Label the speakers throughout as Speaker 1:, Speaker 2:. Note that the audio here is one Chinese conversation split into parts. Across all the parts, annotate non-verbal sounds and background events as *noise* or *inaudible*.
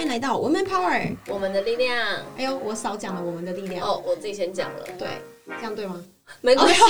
Speaker 1: 迎来到 Woman Power。
Speaker 2: 我们的力量。
Speaker 1: 哎呦，我少讲了我们的力量。
Speaker 2: 哦，我自己先讲了，
Speaker 1: 对，这样对吗？哦
Speaker 2: 没 *laughs* 关系。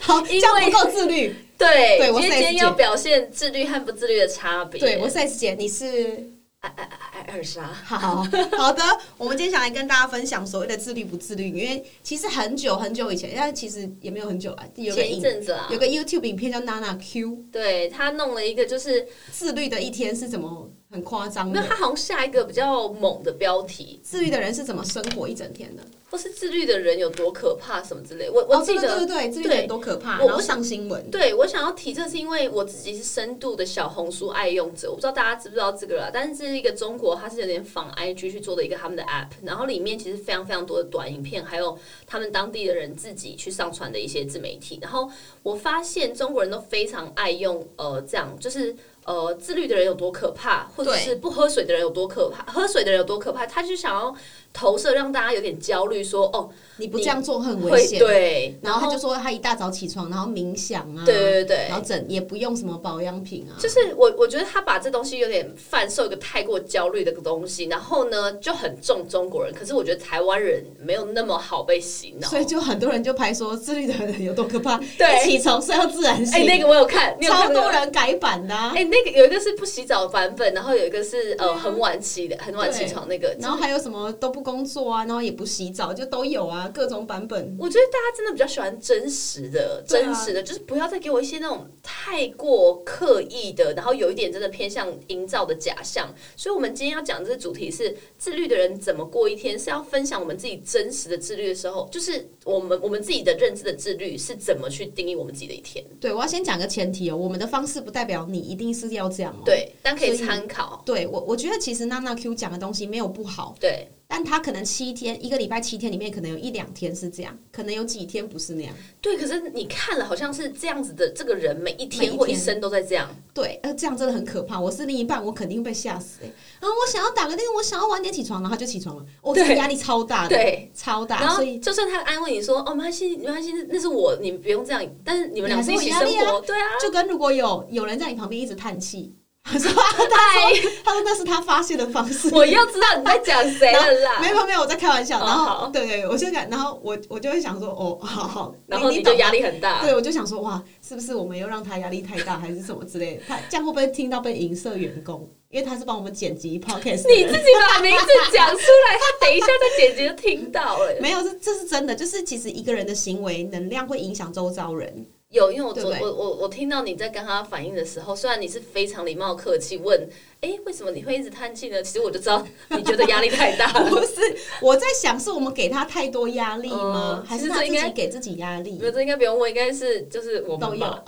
Speaker 1: 好，这样不够自律。
Speaker 2: 对，
Speaker 1: 对我
Speaker 2: 今天
Speaker 1: 是 S
Speaker 2: 今天要
Speaker 1: 姐
Speaker 2: 表现自律和不自律的差别。
Speaker 1: 对，我是 S 姐，你是
Speaker 2: 爱爱爱爱二啊杀。 *laughs*
Speaker 1: 好好的。我们今天想来跟大家分享所谓的自律不自律，因为其实很久很久以前，但其实也没有很久啊，有个
Speaker 2: 前一
Speaker 1: 影
Speaker 2: 阵子啊
Speaker 1: 有，个 YouTube 影片叫 Nana Q，
Speaker 2: 对他弄了一个，就是
Speaker 1: 自律的一天是怎么很夸张
Speaker 2: 没有
Speaker 1: 的？
Speaker 2: 他好像下一个比较猛的标题，
Speaker 1: 自律的人是怎么生活一整天的？
Speaker 2: 或是自律的人有多可怕什么之类。我
Speaker 1: 哦
Speaker 2: 我记
Speaker 1: 对
Speaker 2: 得
Speaker 1: 对对对，自律的人多可怕，
Speaker 2: 我我
Speaker 1: 然后上新闻。
Speaker 2: 对我想要提，这是因为我自己是深度的小红书爱用者，我不知道大家知不知道这个啦，但是这是一个中国，它是有点仿 IG 去做的一个他们的 app，然后里面其实非常非常多的短影片，还有他们当地的人自己去上传的一些自媒体，然后我发现中国人都非常爱用呃这样，就是。呃，自律的人有多可怕，或者
Speaker 1: 对
Speaker 2: 是不喝水的人有多可怕，喝水的人有多可怕，他就想要投射让大家有点焦虑，说哦，
Speaker 1: 你不这样做很危
Speaker 2: 会
Speaker 1: 险。
Speaker 2: 对，
Speaker 1: 然后他就说他一大早起床，然后冥想啊，
Speaker 2: 对对对，
Speaker 1: 然后整也不用什么保养品啊，
Speaker 2: 就是我，我觉得他把这东西有点贩售一个太过焦虑的东西，然后呢就很重中国人，可是我觉得台湾人没有那么好被洗脑。
Speaker 1: 所以就很多人就拍说自律的人有多可怕，
Speaker 2: 对
Speaker 1: 一起床睡到自然醒，
Speaker 2: 哎、那个我有看，你有
Speaker 1: 超
Speaker 2: 看
Speaker 1: 多
Speaker 2: 过？
Speaker 1: 人改版的、啊，
Speaker 2: 哎、那个有一个是不洗澡版本，然后有一个是呃很晚起的，很晚起床那个。
Speaker 1: 然后还有什么都不工作啊，然后也不洗澡，就都有啊，各种版本。
Speaker 2: 我觉得大家真的比较喜欢真实的，
Speaker 1: 对啊
Speaker 2: 真实的，就是不要再给我一些那种太过刻意的，然后有一点真的偏向营造的假象。所以，我们今天要讲的这个主题是自律的人怎么过一天，是要分享我们自己真实的自律的时候，就是我们我们自己的认知的自律是怎么去定义我们自己的一天。
Speaker 1: 对，我要先讲个前提哦，我们的方式不代表你一定是要这样哦。
Speaker 2: 对，但可以
Speaker 1: 所以
Speaker 2: 参考。
Speaker 1: 对我，我觉得其实娜娜 Q 讲的东西没有不好，
Speaker 2: 对，
Speaker 1: 但她可能七天一个礼拜七天里面，可能有一两天是这样，可能有几天不是那样。
Speaker 2: 对，可是你看了好像是这样子的，这个人每一
Speaker 1: 每一
Speaker 2: 天
Speaker 1: 天
Speaker 2: 或一生都在这样。
Speaker 1: 对，呃，这样真的很可怕。我是另一半，我肯定会被吓死、欸。然后我想要打个电话，我想要晚点起床，然后他就起床了，我、哦、这
Speaker 2: 对
Speaker 1: 个压力超大的，
Speaker 2: 对，
Speaker 1: 超
Speaker 2: 然
Speaker 1: 大。
Speaker 2: 后
Speaker 1: 所以
Speaker 2: 就算他安慰你说哦没关系没关系，那那是我，你不用这样，但是你们俩是一起生
Speaker 1: 你还是有
Speaker 2: 活，对啊，
Speaker 1: 就跟如果有有人在你旁边一直叹气，他
Speaker 2: *laughs*
Speaker 1: 说他说他说那是他发泄的方式。
Speaker 2: 我又知道你在讲谁了
Speaker 1: *laughs* 没
Speaker 2: 啦。
Speaker 1: 有没有，我在开玩笑。
Speaker 2: 哦
Speaker 1: 然后
Speaker 2: 好
Speaker 1: 对对，我就感，然后我我就会想说，哦，好好，
Speaker 2: 然后
Speaker 1: 你
Speaker 2: 你
Speaker 1: 懂
Speaker 2: 就
Speaker 1: 吗
Speaker 2: 压力很大，
Speaker 1: 对，我就想说，哇，是不是我们又让他压力太大，还是什么之类的？他这样会不会听到被银色员工？因为他是帮我们剪辑 podcast，的
Speaker 2: 你自己把名字讲出来， *laughs* 他等一下在姐姐就听到了。
Speaker 1: 没有，这这是真的，就是其实一个人的行为能量会影响周遭人。
Speaker 2: 有，因为我
Speaker 1: 对
Speaker 2: 昨
Speaker 1: 不对
Speaker 2: 我我我听到你在跟他反应的时候，虽然你是非常礼貌客气问，哎，为什么你会一直叹气呢？其实我就知道你觉得压力太大
Speaker 1: 不
Speaker 2: 了。
Speaker 1: 是， *laughs* 我在想是我们给他太多压力吗？
Speaker 2: 嗯
Speaker 1: 还是
Speaker 2: 其实
Speaker 1: 他
Speaker 2: 这
Speaker 1: 自
Speaker 2: 应
Speaker 1: 己
Speaker 2: 该
Speaker 1: 给自己压力
Speaker 2: 你？们这应该不用问，应该是就是我
Speaker 1: 都
Speaker 2: 们吧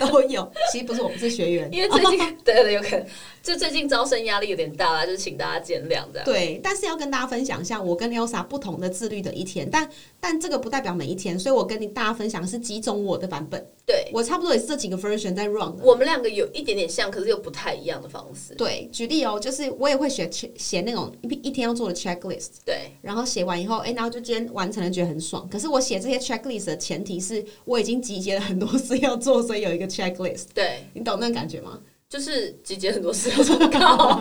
Speaker 1: 有， *laughs* 都有。其实不是我们是学员，
Speaker 2: 因为最近对对有可能，就最近招生压力有点大啦，就是请大家见谅这样。
Speaker 1: 对，但是要跟大家分享一下我跟 Elsa 不同的自律的一天，但但这个不代表每一天，所以我跟你大家分享是几种我的版本，
Speaker 2: 对，
Speaker 1: 我差不多也是这几个 version 在 run 的。
Speaker 2: 我们两个有一点点像，可是又不太一样的方式。
Speaker 1: 对，举例哦，就是我也会写写那种一一天要做的 checklist，
Speaker 2: 对，
Speaker 1: 然后写完以后，哎，然后就今天完成了，觉得很爽。可是我写这些 checklist 的前提是我已经集结了很多事要做，所以有一个 checklist。
Speaker 2: 对，
Speaker 1: 你懂那个感觉吗？ *laughs*
Speaker 2: 就是集结很多事要做到。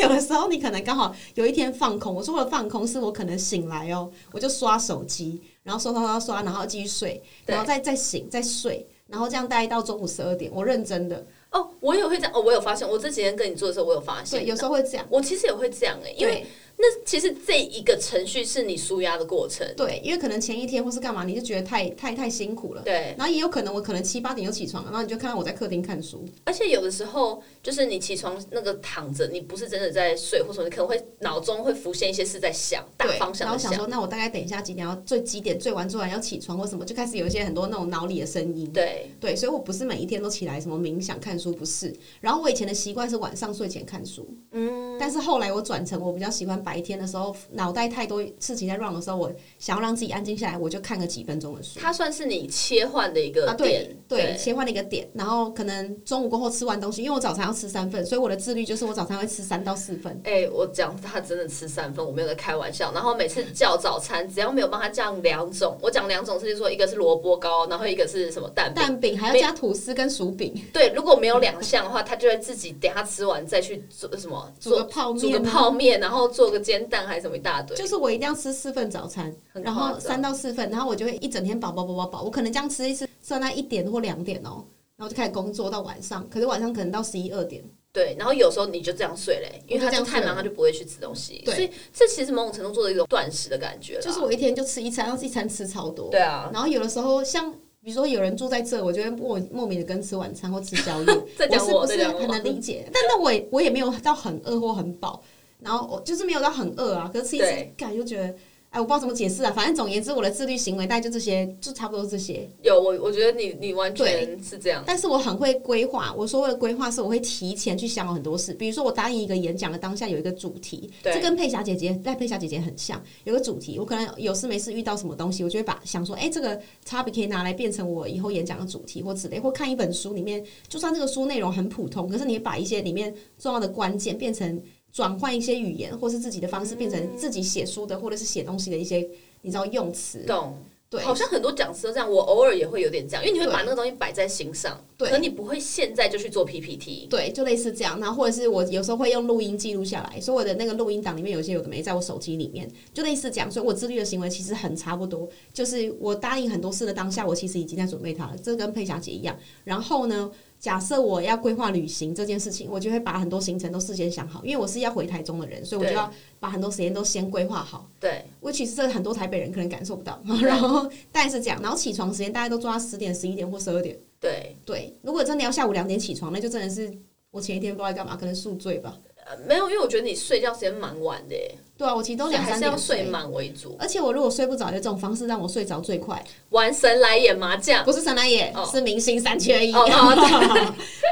Speaker 1: 有的时候你可能刚好有一天放空，我说我的放空是我可能醒来哦，我就刷手机，然后刷刷刷刷，然后继续睡，
Speaker 2: 对
Speaker 1: 然后再再醒再睡，然后这样待到中午十二点。我认真的，
Speaker 2: 哦，我也会这样。哦，我有发现，我这几天跟你做的时候，我有发
Speaker 1: 对，
Speaker 2: 现。
Speaker 1: 有时候会这样，
Speaker 2: 我其实也会这样哎、因为那其实这一个程序是你舒压的过程。
Speaker 1: 对对，因为可能前一天或是干嘛，你就觉得太太太辛苦了。
Speaker 2: 对，
Speaker 1: 然后也有可能我可能七八点就起床了，然后你就看到我在客厅看书，
Speaker 2: 而且有的时候就是你起床那个躺着，你不是真的在睡，或者你可能会脑中会浮现一些事在想，大
Speaker 1: 对
Speaker 2: 方
Speaker 1: 然
Speaker 2: 向
Speaker 1: 后
Speaker 2: 的
Speaker 1: 想说，那我大概等一下几点要最几点最晚做完要起床或什么，就开始有一些很多那种脑里的声音。
Speaker 2: 对，
Speaker 1: 对，所以我不是每一天都起来什么冥想、看书，不是。然后我以前的习惯是晚上睡前看书，
Speaker 2: 嗯，
Speaker 1: 但是后来我转成我比较喜欢白天的时候，脑袋太多事情在乱的时候，我想要让自己安静下来，我就看个几分钟的书。
Speaker 2: 它算是你切换的一个
Speaker 1: 啊，
Speaker 2: 点
Speaker 1: 对，对，切换了一个点，然后可能中午过后吃完东西，因为我早餐要吃三份，所以我的自律就是我早餐会吃三到四份。
Speaker 2: 哎、我讲他真的吃三份，我没有在开玩笑。然后每次叫早餐，只要没有帮他降两种，我讲两种是说一个是萝卜糕，然后一个是什么蛋饼。
Speaker 1: 蛋饼还要加吐司跟薯饼，
Speaker 2: 对，如果没有两项的话，他就会自己等他吃完再去做什么
Speaker 1: 煮
Speaker 2: 做
Speaker 1: 个泡
Speaker 2: 煮
Speaker 1: 面
Speaker 2: 个
Speaker 1: 啊、
Speaker 2: 泡面，然后做个煎蛋还是什么一大堆，
Speaker 1: 就是我一定要吃四份早餐，
Speaker 2: 很
Speaker 1: 然
Speaker 2: 夸
Speaker 1: 后
Speaker 2: 张。
Speaker 1: 三到四份，然后我就会一整天饱饱饱饱饱，我可能这样吃一吃，吃到那一点或两点哦，然后就开始工作到晚上，可是晚上可能到十一二点，
Speaker 2: 对，然后有时候你就这样睡嘞、因为他
Speaker 1: 我就这样
Speaker 2: 就太
Speaker 1: 睡
Speaker 2: 忙，
Speaker 1: 了
Speaker 2: 他就不会去吃东西。
Speaker 1: 对
Speaker 2: 所以这其实某种程度做的一种断食的感觉啦。
Speaker 1: 就是我一天就吃一餐，然后一餐吃超多，
Speaker 2: 对啊，
Speaker 1: 然后有的时候像比如说有人住在这，我就会莫莫名的跟吃晚餐或吃宵夜，
Speaker 2: *laughs* 在讲
Speaker 1: 我
Speaker 2: 我，
Speaker 1: 是不
Speaker 2: 在
Speaker 1: 是
Speaker 2: 讲
Speaker 1: 很
Speaker 2: 我。
Speaker 1: 难理解？但那我也我也没有到很饿或很饱，然后我就是没有到很饿啊，可是吃一吃
Speaker 2: 对，
Speaker 1: 感就觉得。哎，我不知道怎么解释啊，反正总而言之，我的自律行为大概就这些，就差不多这些。
Speaker 2: 有我，我觉得你你完全是这样。
Speaker 1: 但是我很会规划，我所谓的规划是我会提前去想好很多事，比如说我答应一个演讲的当下有一个主题，
Speaker 2: 对
Speaker 1: 这跟佩霞姐姐在佩霞姐姐很像，有个主题，我可能有事没事遇到什么东西，我就会把想说，哎、这个 topic 可以拿来变成我以后演讲的主题或之类，或看一本书里面，就算这个书内容很普通，可是你也把一些里面重要的关键变成转换一些语言，或是自己的方式变成自己写书的或者是写东西的一些你知道用词，
Speaker 2: 懂。
Speaker 1: 对
Speaker 2: 好像很多讲师都这样，我偶尔也会有点这样，因为你会
Speaker 1: 对
Speaker 2: 把那个东西摆在心上，
Speaker 1: 对
Speaker 2: 可你不会现在就去做 PPT。
Speaker 1: 对，就类似这样。然后或者是我有时候会用录音记录下来，所以我的那个录音档里面有一些有的没在我手机里面，就类似这样。所以我自律的行为其实很差不多，就是我答应很多事的当下，我其实已经在准备它了，这跟佩霞姐一样。然后呢，假设我要规划旅行这件事情，我就会把很多行程都事先想好，因为我是要回台中的人，所以我就
Speaker 2: 对
Speaker 1: 要把很多时间都先规划好。
Speaker 2: 对，
Speaker 1: 我其实这很多台北人可能感受不到， *laughs*
Speaker 2: 对
Speaker 1: 然后大概是这样。然后起床时间大概都抓十点、十一点或十二点。
Speaker 2: 对，
Speaker 1: 对，如果真的要下午两点起床，那就真的是我前一天不知道在干嘛，可能宿醉吧。
Speaker 2: 呃，没有，因为我觉得你睡觉时间蛮晚的耶，
Speaker 1: 对啊，我其实都
Speaker 2: 所以
Speaker 1: 两
Speaker 2: 还
Speaker 1: 三
Speaker 2: 是要
Speaker 1: 点
Speaker 2: 睡。满为主。
Speaker 1: 而且我如果睡不着，有这种方式让我睡着最快，
Speaker 2: 玩神来演麻将，
Speaker 1: 不是神来也，
Speaker 2: 哦
Speaker 1: 是明星三缺一。*laughs*
Speaker 2: 哦哦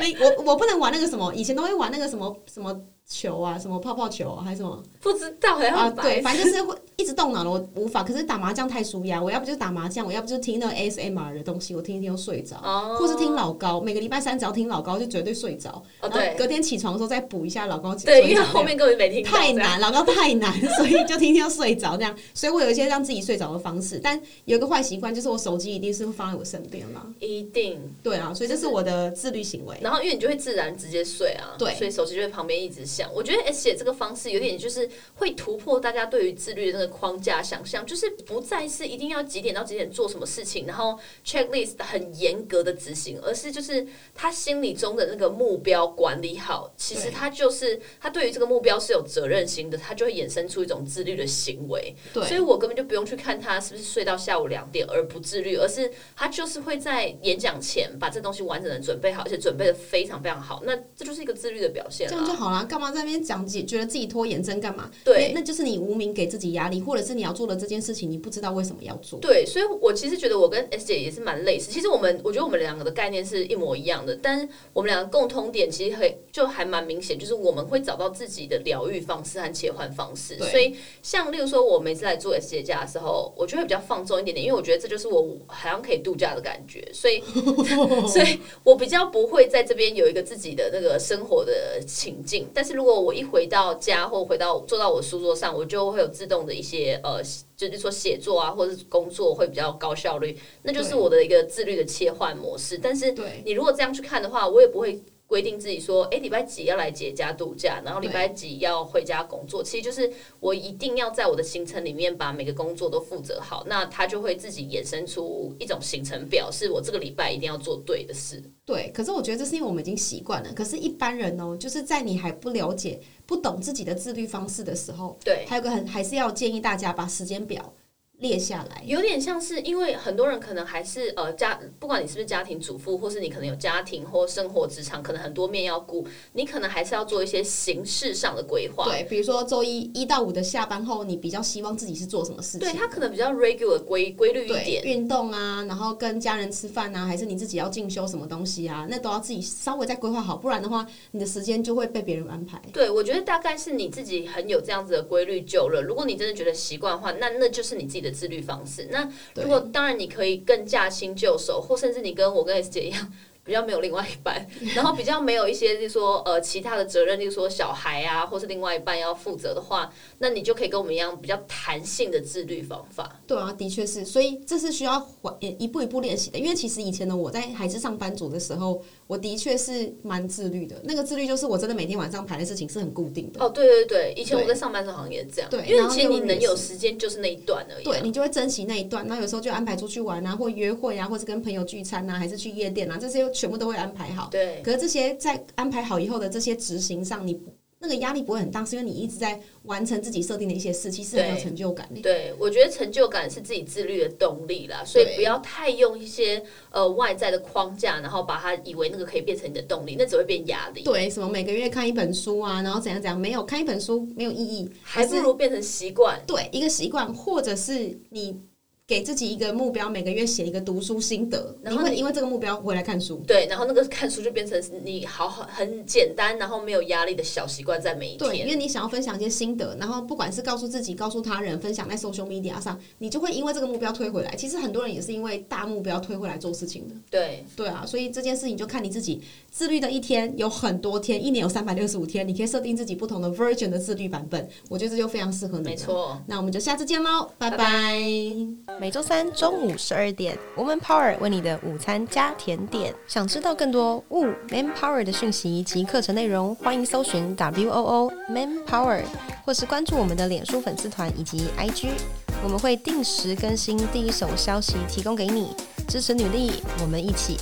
Speaker 1: 没，我我不能玩那个什么，以前都会玩那个什么什么球啊，什么泡泡球啊，还是什么
Speaker 2: 不知道好
Speaker 1: 啊？
Speaker 2: 像
Speaker 1: 对，反正就是会一直动脑的，我无法。可是打麻将太舒压，我要不就是打麻将，我要不就是听那个 ASMR 的东西，我听一听就睡着，
Speaker 2: 哦，
Speaker 1: 或是听老高，每个礼拜三只要听老高就绝对睡着。
Speaker 2: 哦，
Speaker 1: 然后
Speaker 2: 对
Speaker 1: 隔天起床的时候再补一下老高。
Speaker 2: 对，因为后面根本没听到
Speaker 1: 太
Speaker 2: 这样
Speaker 1: 难，老高太难， *laughs* 所以就天天睡着这样。所以我有一些让自己睡着的方式，但有一个坏习惯就是我手机一定是会放在我身边啦。
Speaker 2: 一定。
Speaker 1: 对啊，所以这是我的自律行为。
Speaker 2: 然后因为你就会自然直接睡啊，
Speaker 1: 欸对
Speaker 2: 所以手机就会旁边一直响。我觉得 S 写这个方式有点就是会突破大家对于自律的那个框架想象，就是不再是一定要几点到几点做什么事情，然后 checklist 很严格的执行，而是就是他心里中的那个目标管理好，其实
Speaker 1: 对
Speaker 2: 他就是他对于这个目标是有责任心的，他就会衍生出一种自律的行为。所
Speaker 1: 对
Speaker 2: 以我根本就不用去看他是不是睡到下午两点而不自律，而是他就是会在演讲前把这东西完整的准备好，而且准备的非常非常好，那这就是一个自律的表现
Speaker 1: 这样就
Speaker 2: 啦。
Speaker 1: 好啦，干嘛在那边讲解？觉得自己拖延症干嘛？
Speaker 2: 对
Speaker 1: 那那就是你无名给自己压力，或者是你要做的这件事情，你不知道为什么要做。
Speaker 2: 对，所以我其实觉得我跟 S 姐也是蛮类似。其实我们，我觉得我们两个的概念是一模一样的，但是我们两个共通点其实很就还蛮明显，就是我们会找到自己的疗愈方式和切换方式。
Speaker 1: 对
Speaker 2: 所以，像例如说，我每次来做 S 姐家的时候，我就会比较放纵一点点，因为我觉得这就是我好像可以度假的感觉。所以
Speaker 1: *laughs*
Speaker 2: 所以我比较不会在这边有一个自己的那个生活的情境。但是如果我一回到家或回到坐到我书桌上，我就会有自动的一些呃，就是说写作啊，或者是工作会比较高效率，那就是
Speaker 1: 对
Speaker 2: 我的一个自律的切换模式。但是
Speaker 1: 对
Speaker 2: 你如果这样去看的话，我也不会。规定自己说，哎、礼拜几要来姐家度假，然后礼拜几要回家工作。其实就是我一定要在我的行程里面把每个工作都负责好，那它就会自己衍生出一种行程表，是我这个礼拜一定要做对的事。
Speaker 1: 对，可是我觉得这是因为我们已经习惯了。可是，一般人哦，就是在你还不了解、不懂自己的自律方式的时候，
Speaker 2: 对
Speaker 1: 还有个很还是要建议大家把时间表列下来。
Speaker 2: 有点像是，因为很多人可能还是呃家，不管你是不是家庭主妇，或是你可能有家庭或生活职场，可能很多面要顾，你可能还是要做一些形式上的规划。
Speaker 1: 对，比如说周一一到五的下班后，你比较希望自己是做什么事情
Speaker 2: 对，？它可能比较 regular 规规律一
Speaker 1: 对，
Speaker 2: 点。
Speaker 1: 运动啊，然后跟家人吃饭啊，还是你自己要进修什么东西啊，那都要自己稍微再规划好，不然的话，你的时间就会被别人安排。
Speaker 2: 对，我觉得大概是你自己很有这样子的规律久了。如果你真的觉得习惯的话，那那就是你自己的自律方式。那
Speaker 1: 对
Speaker 2: 如果当然你可以更驾轻就熟，或甚至你跟我跟 S 姐一样。比较没有另外一
Speaker 1: *laughs*
Speaker 2: 半，然后比较没有一些，就是说呃其他的责任，就是说小孩啊，或是另外一半要负责的话，那你就可以跟我们一样比较弹性的自律方法。
Speaker 1: 对啊，的确是，所以这是需要缓一步一步练习的。因为其实以前的我在还是上班族的时候，我的确是蛮自律的。那个自律就是我真的每天晚上排的事情是很固定的，
Speaker 2: 哦，对对对，以前我
Speaker 1: 对
Speaker 2: 在上班的时候好像也是这样，
Speaker 1: 对
Speaker 2: 因为
Speaker 1: 然后
Speaker 2: 其实
Speaker 1: 六
Speaker 2: 你
Speaker 1: 日
Speaker 2: 能
Speaker 1: 也
Speaker 2: 有
Speaker 1: 是
Speaker 2: 时间就是那一段而已、啊
Speaker 1: 对，你就会珍惜那一段。那有时候就安排出去玩啊，或约会啊，或是跟朋友聚餐啊，还是去夜店啊，这些全部都会安排好。
Speaker 2: 啊对，
Speaker 1: 可是这些在安排好以后的这些执行上，你不那个压力不会很大，是因为你一直在完成自己设定的一些事，其实很有
Speaker 2: 对
Speaker 1: 成就感的。
Speaker 2: 对，我觉得成就感是自己自律的动力啦，所以
Speaker 1: 对
Speaker 2: 不要太用一些呃外在的框架，然后把它以为那个可以变成你的动力，那只会变压力，
Speaker 1: 对，什么每个月看一本书啊，然后怎样怎样，没有看一本书没有意义，
Speaker 2: 还不
Speaker 1: 是
Speaker 2: 如变成习惯。
Speaker 1: 对一个习惯，或者是你给自己一个目标，每个月写一个读书心得，
Speaker 2: 然
Speaker 1: 你
Speaker 2: 后
Speaker 1: 会
Speaker 2: 你
Speaker 1: 因为这个目标回来看书。
Speaker 2: 对，然后那个看书就变成你好好很简单，然后没有压力的小习惯，在每一
Speaker 1: 对，因
Speaker 2: 天。
Speaker 1: 为你想要分享一些心得，然后不管是告诉自己、告诉他人，分享在 social media 上，你就会因为这个目标推回来。其实很多人也是因为大目标推回来做事情的。
Speaker 2: 对，
Speaker 1: 对啊，所以这件事情就看你自己自律的一天有很多天，一年有三百六十五天，你可以设定自己不同的 version 的自律版本，我觉得这就非常适合你。
Speaker 2: 没，错。
Speaker 1: 那我们就下次见喽，拜
Speaker 2: 拜
Speaker 1: 拜
Speaker 3: 每周三中午十二点，Woman Power 为你的午餐加甜点。想知道更多 Wo Man Power 的讯息及课程内容，欢迎搜寻 W O O Man Power，或是关注我们的脸书粉丝团以及 IG，我们会定时更新第一手消息，提供给你支持女力，我们一起